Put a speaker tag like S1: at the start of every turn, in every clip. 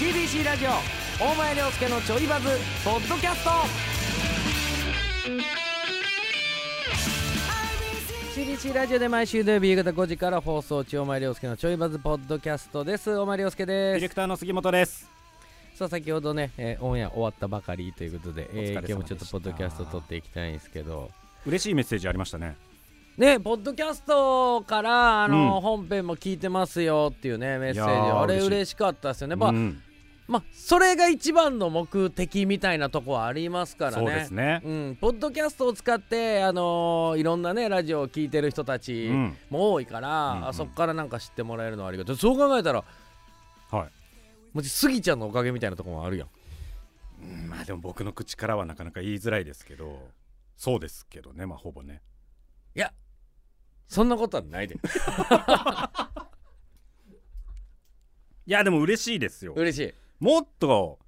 S1: ABC ラジオ大前涼介のちょいバズポッドキャストーラジオで毎週土曜日夕方5時から放送中大前涼介のちょいバズポッドキャストです大前涼介
S2: デ
S1: で
S2: ィレク
S1: す
S2: ターの杉本です。
S1: さあ先ほどね、えーオンエア終わったばかりということで
S2: お疲
S1: え
S2: れ
S1: ー今日
S2: 様でした
S1: もちょっとポッドキャスト撮っていきたいんですけど
S2: 嬉しいメッセージありましたね。
S1: ねポッドキャストからあの、
S2: うん
S1: 本編も聞いてますよっていうねメッセージ
S2: いやー
S1: あれ
S2: 嬉しい
S1: 嬉しかったですよねやっぱ、
S2: うん
S1: まあそれが一番の目的みたいなとこはありますからね。
S2: そうですね
S1: うん、ポッドキャストを使って、あのーいろんなねラジオを聞いてる人たち
S2: うん
S1: も多いから、
S2: うんうん
S1: あそこからなんか知ってもらえるのはありがたいそう考えたら
S2: は
S1: もうスギちゃんのおかげみたいなとこもあるやん
S2: い。うんまあでも僕の口からはなかなか言いづらいですけど、そうですけどね、まあほぼね。
S1: そんなことはないで
S2: いやでも 嬉しいですよ。
S1: 嬉しい
S2: もっと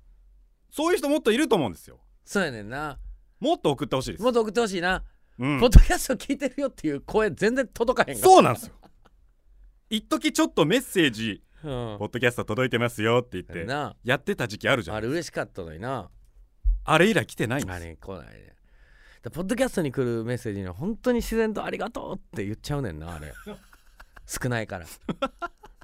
S2: そういう人もっといると思うんですよ。
S1: そうやねんな
S2: もっと送ってほしいです
S1: も。っと送ってほしいな、
S2: うん
S1: ポッドキャスト聞いてるよっていう声全然届かへんから
S2: そうなんですよ。一時ちょっとメッセージ
S1: う、ん
S2: ポ、ッドキャスト届いてますよって言っ
S1: やん
S2: て
S1: な
S2: やってた時期あるじゃ
S1: あ
S2: ん。
S1: れ嬉しかったのにな
S2: あれ以来来てないんで
S1: あ
S2: すよ。
S1: れ来ないねだポッドキャストに来るメッセージには本当に自然と「ありがとう」って言っちゃうねんなあ れ少ないから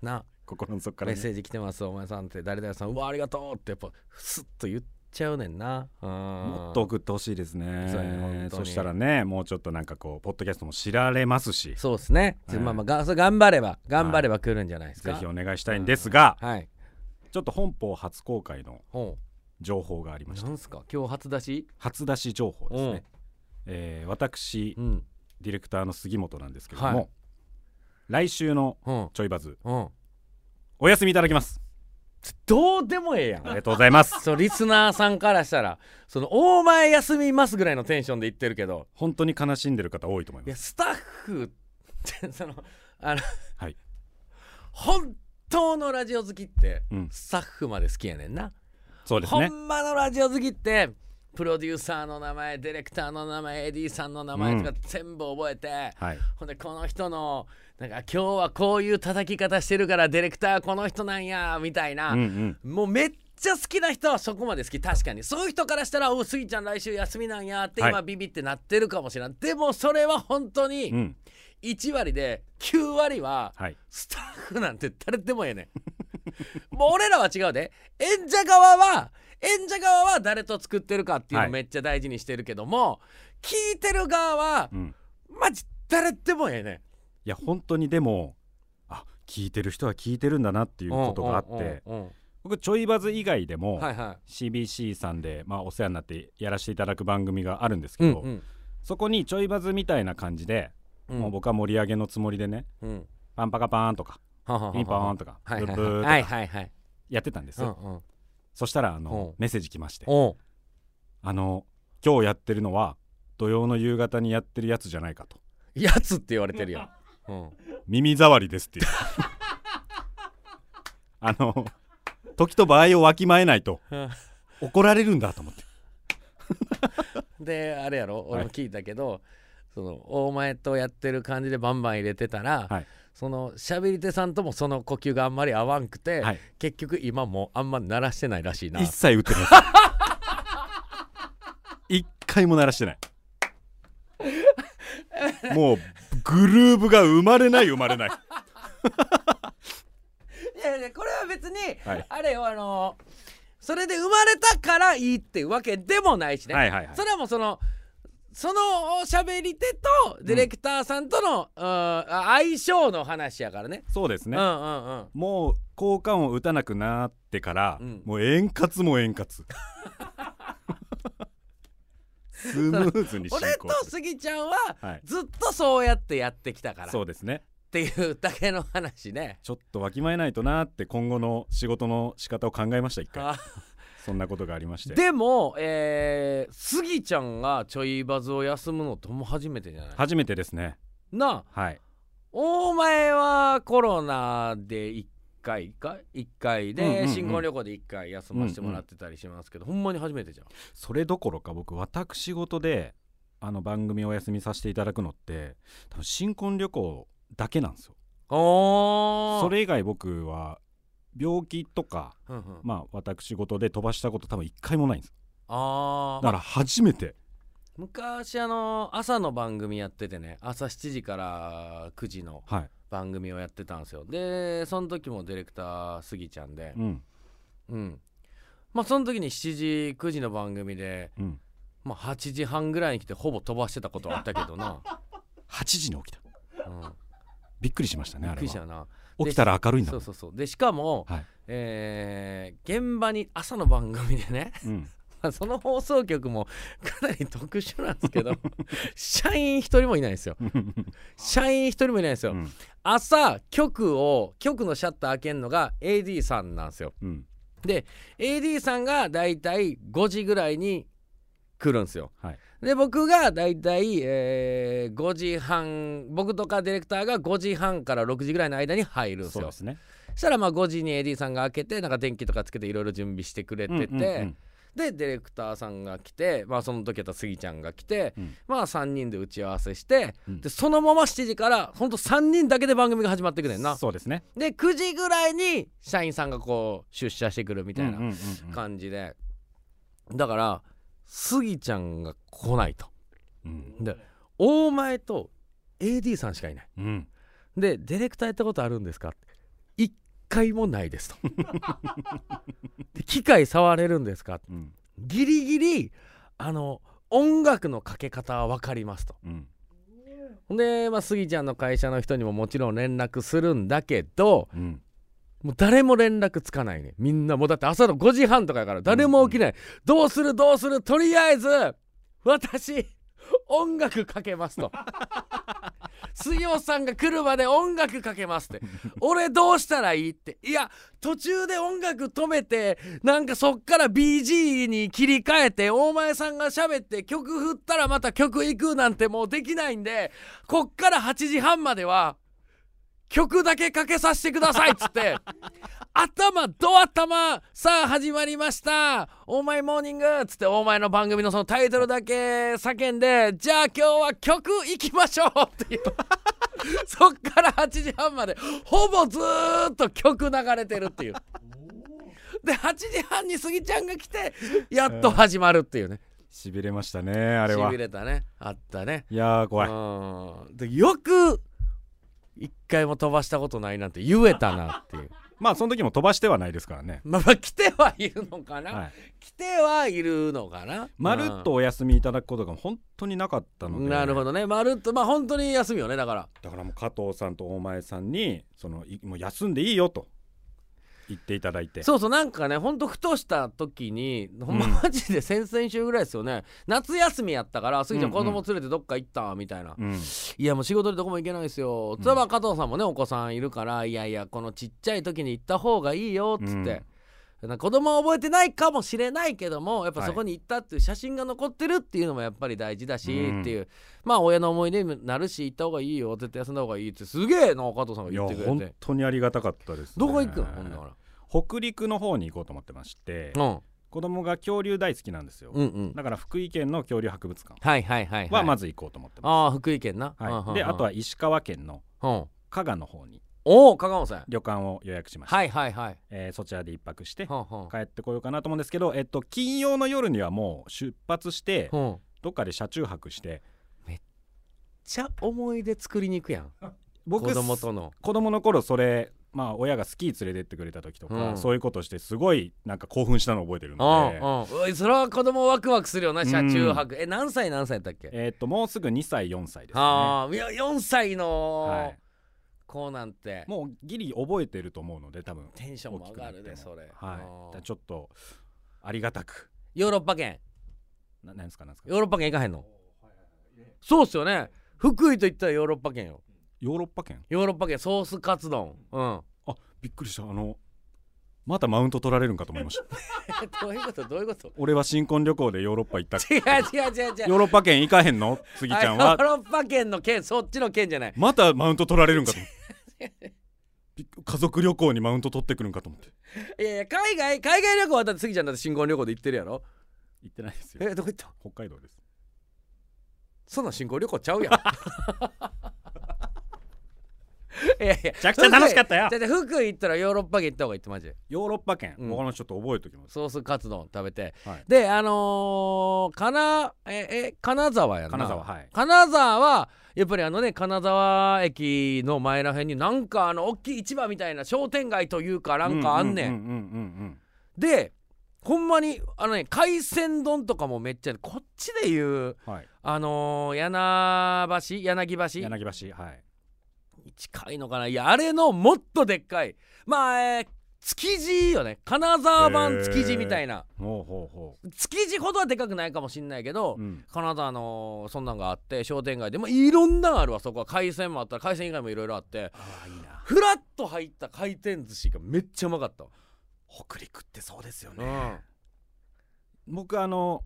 S1: な
S2: 心の底か
S1: メ
S2: ら
S1: ッ
S2: ね。
S1: セージ来てますお前さんって誰々さんうわありがとうってやっぱスッと言っちゃうねんなうん
S2: もっと送ってほしいですね
S1: そうやね本当に
S2: そしたらねもうちょっとなんかこうポッドキャストも知られますし
S1: そうですね、
S2: はい
S1: まあまあがそれ頑張れば頑張れば来るんじゃないですか、
S2: ぜ
S1: はい、
S2: ひお願いしたいんですが
S1: はい
S2: ちょっと本邦初公開の
S1: ほ
S2: 情報があり
S1: う
S2: まし
S1: な
S2: た
S1: んすか今日初出し
S2: 初出し情報です
S1: うん
S2: ね、えー私
S1: うん
S2: ディレクターの杉本なんですけれども、
S1: はい
S2: 来週の
S1: うん
S2: ちょいバズ
S1: うん
S2: お休みいただきます
S1: どうでもええやん
S2: ありがとうございます
S1: そうリスナーさんからしたらその「大前休みます」ぐらいのテンションで言ってるけど
S2: 本当に悲しんでる方多いと思い
S1: い
S2: ま
S1: や
S2: す
S1: スタッフってそのあの
S2: はい
S1: 本当のラジオ好きって、
S2: うん
S1: スタッフまで好きやねんな、
S2: そうです
S1: ほ
S2: ね
S1: んまのラジオ好きってプロデューサーの名前ディレクターの名前エディさんの名前とか
S2: う
S1: 全部覚えて、
S2: はい
S1: ほんでこの人のなんか今日はこういう叩き方してるからディレクターはこの人なんやみたいな、
S2: うんうん
S1: もうめっちゃ好きな人はそこまで好き確かにそういう人からしたら「おうスギちゃん来週休みなんや」って
S2: はい
S1: 今ビビってなってるかもしれない、でもそれは本当
S2: う
S1: に
S2: ん
S1: 1割で9割は
S2: はい
S1: スタッフなんて誰でもええねん もう俺らは違うで演者側は演者側は誰と作ってるかっていうの
S2: はい
S1: めっちゃ大事にしてるけども、聞いてる側は
S2: うん
S1: マジ誰でもええねん
S2: いや本当にでもあ聞いてる人は聞いてるんだなっていうことがあって、
S1: うんうんうん
S2: 僕ちょいバズ以外で
S1: うん
S2: も、
S1: はいはい
S2: CBC さんで、まあ、お世話になってやらせていただく番組があるんです
S1: う
S2: け
S1: ん
S2: ど、
S1: うん
S2: そこにちょいバズみたいな感じで、
S1: うん
S2: もう僕は盛り上げのつもりでね
S1: うん
S2: パンパカパーンとか
S1: はははは
S2: ピンポーンとかブ
S1: はいはい
S2: ッブーと
S1: はい
S2: か
S1: はいはい
S2: やってたんです
S1: うん
S2: よ、
S1: うん
S2: そしたらあ
S1: う
S2: の、
S1: ん
S2: メッセージ来まして
S1: おう
S2: 「あの今日やってるのは土曜の夕方にやってるやつじゃないか」と
S1: やつって言われてるやん、 うん、
S2: 「耳障りで す」っていうあの時と場合をわきまえないと怒られるんだと思って
S1: であれやろ
S2: い
S1: 俺も聞いたけど、その大前とやってる感じでバンバン入れてたら、
S2: はい
S1: そのしゃべり手さんともその呼吸があんまり合わんくて、
S2: はい
S1: 結局今もうあんま鳴らしてないらしいな
S2: 一切打ってない 一回も鳴らしてないもうグルーブが生まれない生まれない
S1: いやいやこれは別に、
S2: はい
S1: あれよあのそれで生まれたからいいっていうわけでもないしね、
S2: はいはいはい
S1: それはもうそのそのおしゃべり手とディレクターさんとの、うん相性の話やからね
S2: そうですね、
S1: うんうんうん
S2: もう効果音を打たなくなってから、
S1: うん
S2: もう円滑も 円滑スムーズに進
S1: 俺
S2: 行
S1: と
S2: する
S1: スギちゃんは、
S2: はい
S1: ずっとそうやってやってきたから
S2: そ
S1: っ
S2: うですね
S1: ていうだけの話ね。
S2: ちょっとわきまえないとなって今後の仕事の仕方を考えました一回
S1: あ
S2: そんなことがありまして
S1: でも、えー、スギちゃんがちょいバズを休むのとも初めてじゃない
S2: 初めてですね
S1: なあ
S2: はい
S1: お前はコロナで1回か1回で、
S2: うんうんうん
S1: 新婚旅行で1回休ませてもらってたりしますけど、ほんまに初めてじゃん。
S2: それどころか僕私事であの番組お休みさせていただくのって多分新婚旅行だけなんですよ
S1: おー
S2: それ以外僕は病気とか、
S1: うんうん
S2: まあ、私事で飛ばしたこと多分一回もないんです
S1: あ
S2: だ
S1: ー
S2: から初めて
S1: 昔あの朝の番組やっててね朝7時から9時の
S2: はい、
S1: 番組をやってたんですよでその時もディレクタースギちゃんで
S2: うん
S1: うんまあその時に7時9時の番組で
S2: うん、
S1: まあ8時半ぐらいに来てほぼ飛ばしてたことはあったけど な、
S2: 8時に起きた
S1: うん、
S2: びっくりしましたね
S1: び
S2: あ
S1: っく
S2: れ
S1: りした
S2: は
S1: よな
S2: 起きたら明るいんだ
S1: そ
S2: も
S1: うんそうそうでしかも、
S2: はい
S1: えー現場に朝の番組でね
S2: うん
S1: まあその放送局もかなり特殊なんですけ ど社員一人もいないんですよ社員一人もいないんですよ、
S2: うん
S1: 朝局を局のシャッター開けるのが AD さんなんですよ
S2: うん、
S1: で AD さんがだいたい5時ぐらいに来るんですよ
S2: はい
S1: で僕がだいたいえー5時半僕とかディレクターが5時半から6時ぐらいの間に入るんです
S2: そう
S1: よ
S2: ですね
S1: そしたらまあ5時に AD さんが開けてなんか電気とかつけていろいろ準備してくれてて、
S2: うんうんうん
S1: でディレクターさんが来て、まあ、その時やったらスギちゃんが来て、
S2: うん
S1: まあ3人で打ち合わせして、
S2: うん
S1: でそのまま7時からほんと3人だけで番組が始まってくねんな
S2: そうですね
S1: で9時ぐらいに社員さんがこう出社してくるみたい
S2: うんう
S1: なん
S2: うんうん
S1: 感じで、だからスギちゃんが来ないと
S2: うん
S1: で大前と AD さんしかいない
S2: うん
S1: でディレクターやったことあるんですか一回もないです とで機械触れるんですか
S2: うん
S1: ギリギリあの音楽のかけ方は分かりますと
S2: うん
S1: ほんで、まあ、スギちゃんの会社の人にももちろん連絡するんだけど
S2: うん
S1: もう誰も連絡つかないねみんなもうだって朝の5時半とかやから誰も起きない、どうするどうするとりあえず私音楽かけますと水曜さんが来るまで音楽かけますって俺どうしたらいいっていや途中で音楽止めてなんかそっから BG に切り替えて大前さんが喋って曲振ったらまた曲行くなんてもうできないんでこっから8時半までは曲だけかけさせてくださいっつ って頭ド頭さあ始まりましたお前モーニングっつってお前の番組のそのタイトルだけ叫んでじゃあ今日は曲いきましょう っていうそっから8時半までほぼずーっと曲流れてるっていうで8時半にスギちゃんが来てやっと始まるっていうね
S2: しびれましたねあれ
S1: し
S2: は
S1: びれたねあったね
S2: いやー怖い
S1: うんでよく一回も飛ばしたことないなんて言えたな っていう
S2: まあその時も飛ばしてはないですからね
S1: まあまあ来てはいるのかな、
S2: はい
S1: 来てはいるのかな
S2: まるっとお休みいただくことが本当になかった
S1: うん
S2: ので
S1: なるほどねまるっとまあ本当に休みよねだから
S2: だからもう加藤さんと大前さんにそのいもう休んでいいよと言っていただいて
S1: そうそうなんかねほんとふとした時にほんま
S2: うん
S1: マジで先々週ぐらいですよね、夏休みやったから杉ちゃん
S2: うんう
S1: 子
S2: ん
S1: 供連れてどっか行ったみたいな、
S2: うん
S1: いやもう仕事でどこも行けないですよ、
S2: うん
S1: それは加藤さんもねお子さんいるからいやいやこのちっちゃい時に行った方がいいよっつって、なんか子供は覚えてないかもしれないけどもやっぱ
S2: はい
S1: そこに行ったっていう写真が残ってるっていうのもやっぱり大事だし
S2: うん
S1: っていう、まあ親の思い出にもなるし行った方がいいよ絶対休んだ方がいいってすげえな加藤さんが
S2: い
S1: 言
S2: や
S1: ってくれて
S2: 本当にありがたかったです、ね、
S1: どこ行くのほんだか
S2: 北陸の方に行こうと思ってまして
S1: ら、うん、
S2: 子供が恐竜大好きなんですよ、
S1: うんうん
S2: だから福井県の恐竜博物館
S1: はいはいはい
S2: はま
S1: ず
S2: ず行こうと思ってま
S1: ああ福井県な、
S2: す、はい、であ
S1: は、
S2: とは石川県の
S1: うん、
S2: 加賀の方に
S1: おお香川温泉
S2: 旅館を予約しました、
S1: はいはいはい
S2: えーそちらで一泊して
S1: ほんほん
S2: 帰ってこようかなと思うんですけど、えっと、金曜の夜にはもう出発して
S1: ほん
S2: どっかで車中泊して
S1: じゃ思い出作りに行くやん
S2: 僕
S1: 子供との
S2: 子供の頃それまあ親がスキー連れてってくれた時とか、
S1: うん
S2: そういうことしてすごいなんか興奮したのを覚えてるので、
S1: うんうんおいそれは子供ワクワクするよな車中泊、え何歳何歳だったっけ、
S2: えっともうすぐ2歳4歳ですね、は
S1: ああいや4歳の
S2: い、
S1: 子なんて、
S2: もうギリ覚えてると思うので多分
S1: テンションも上がる
S2: 大
S1: で
S2: きく
S1: そ
S2: なっ
S1: れ
S2: て、もはい、だ
S1: うん
S2: からちょっとありがたく
S1: ヨーロッパ圏
S2: ななんですかなんですか
S1: ヨーロッパ圏行かへんのそうっすよね福井といったらヨーロッパ圏よ
S2: ヨーロッパ圏
S1: ヨーロッパ圏ソースカツ丼うん
S2: あびっくりしたあのまたマウント取られるんかと思いました
S1: どういうことどういうこと
S2: 俺は新婚旅行でヨーロッパ行った
S1: 違う違う違う違う
S2: ヨーロッパ圏行かへんの次ちゃん
S1: あヨ
S2: は
S1: ーロッパ圏の圏そっちの圏じゃない
S2: またマウント取られるんかと思って びっく家族旅行にマウント取ってくるんかと思って
S1: いやいや海外海外旅行はだって杉ちゃんだって新婚旅行で行ってるやろ
S2: 行ってないですよ
S1: えどこ行った
S2: 北海道です
S1: そんなん新婚旅行ちゃうやんいやいや
S2: ちゃくちゃ楽しかったよ
S1: じゃあじゃあ福井行ったらヨーロッパ圏行った方がいいってマジで
S2: ヨーロッパ圏、
S1: うん
S2: 僕のちょっと覚えておきます
S1: ソースカツ丼食べて、
S2: はい
S1: であのー、かなええ金沢やんな
S2: 金沢はい
S1: 金沢はやっぱりあのね金沢駅の前らへんになんかあの大きい市場みたいな商店街というかなんかあんねん,、
S2: うううんうん
S1: でほんまにあのね海鮮丼とかもめっちゃこっちで言う
S2: うんはい
S1: あのー、柳橋柳橋
S2: 柳橋はい
S1: 近いのかないやあれのもっとでっかいまあ、えー築地よね金沢版築地みたいな、
S2: ほうほうほ
S1: 築地ほどはでかくないかもしんないけど、
S2: う、うん、
S1: 金沢のそんなんがあって商店街でもいろんなのあるわそこは海鮮もあったら海鮮以外もいろいろあって
S2: ああいいな
S1: フラッと入った回転寿司がめっちゃうまかったわ
S2: 北陸ってそうですよ
S1: う
S2: ね、
S1: ん
S2: 僕あの、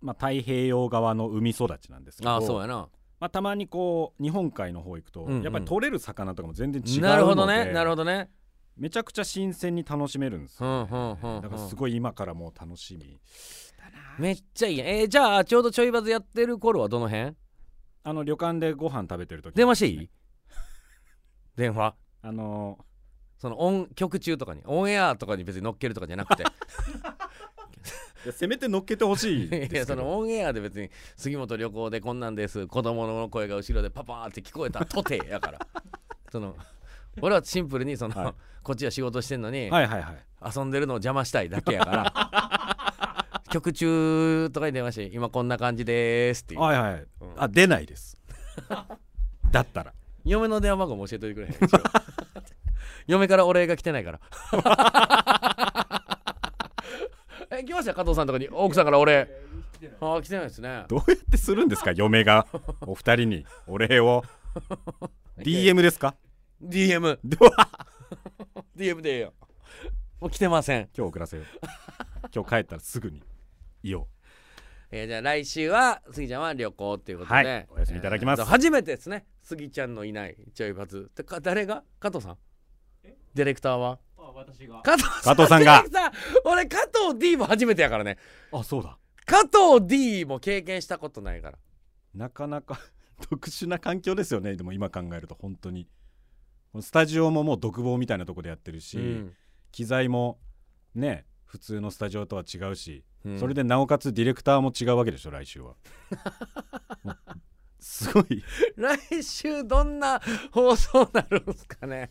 S2: まあ、太平洋側の海育ちなんですけど
S1: ああそうやな
S2: まあ、たまにこう日本海の方行くと、
S1: うんうん
S2: やっぱり取れる魚とかも全然違うので
S1: なるほどねなるほどね
S2: めちゃくちゃ新鮮に楽しめるんです
S1: う
S2: よ、
S1: んうんうん
S2: だからす
S1: うん
S2: ごい今からもう楽しみ
S1: めっちゃいいやんえーじゃあちょうどちょいバズやってる頃はどの辺
S2: あの旅館でご飯食べてる時
S1: 電話していい電話
S2: あの
S1: そのオン曲中とかにオンエアとかに別に乗っけるとかじゃなくて
S2: いやせめて乗っけてほし いで す
S1: い
S2: けど
S1: やそのオンエアで別に杉本旅行でこんなんです子供の声が後ろでパパーって聞こえたとてやから その俺はシンプルにその、
S2: はい
S1: こっちは仕事してんのに、
S2: はいはいはい
S1: 遊んでるのを邪魔したいだけやから 曲中とかに電話して今こんな感じですっていう
S2: はいはい、
S1: うん
S2: あ出ないですだったら
S1: 嫁の電話番号も教えておいてくれへん一 応嫁からお礼が来てないから え来ました加藤さんとかに奥さんからお礼ああ来てないですね
S2: どうやってするんですか嫁がお二人にお礼を DM ですか
S1: DMDM
S2: で は
S1: でええよもう来てません、
S2: 今日送らせよう今日帰ったらすぐにいよ
S1: えーじゃあ来週はスギちゃんは旅行っていうことで、
S2: はいお休みいただきます
S1: えー初めてですねスギちゃんのいないちょいバズてか誰が加藤さんディレクターは
S3: あ私が
S1: 加藤
S2: 加藤さんが
S1: ディレクター 俺加藤 D も初めてやからね
S2: うあそうだ
S1: 加藤 D も経験したことないから
S2: なかなか 特殊な環境ですよねでも今考えると本当にスタジオももう独房みたいなとこでやってるし、
S1: うん
S2: 機材もね普通のスタジオとは違うし、
S1: うん
S2: それでなおかつディレクターも違うわけでしょ来週はもうすごい
S1: 来週どんな放送になるんですかね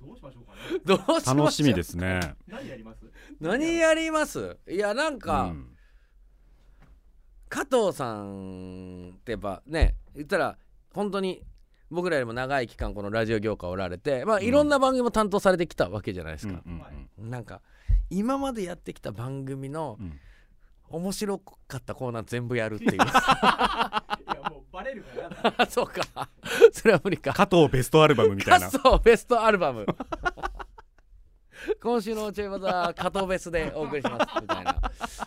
S3: どどうしましょうかね
S1: どうしましょう
S2: 楽しみですね、
S3: 何やります
S1: 何やりますいやなん
S2: う
S1: か、
S2: ん、
S1: 加藤さんってやっぱね言ったら本当に僕らよりも長い期間このラジオ業界おられてまあ
S2: ん
S1: いろんな番組も担当されてきたわけじゃないです
S2: うんう
S1: か、
S2: ん
S1: なんか今までやってきた番組の
S2: うん
S1: 面白かったコーナー全部 やるっていう
S3: いやもうバレるからやだ
S1: あ そうかそれは無理か
S2: 加藤ベストアルバムみ たいな
S1: 加藤ベストアルバム 今週のチェイバザは加藤ベスでお送りしますみたいな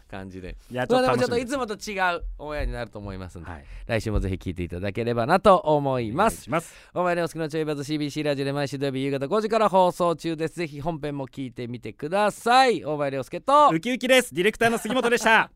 S1: 感じで
S2: いやち
S1: ま
S2: ょ
S1: あ
S2: っ
S1: で
S2: と
S1: もち
S2: 楽
S1: ょっ
S2: しみ
S1: とい
S2: です
S1: つもと違うオンエアになると思いますんで、
S2: はい
S1: 来週もぜひ聞いていただければなと思い
S2: お
S1: ま
S2: 願い
S1: す
S2: します
S1: お前のお好きなチェイバズ CBC ラジオで毎週土曜日夕方5時から放送中ですぜひ本編も聞いてみてくださいお前涼介と
S2: ウキウキですディレクターの杉本でした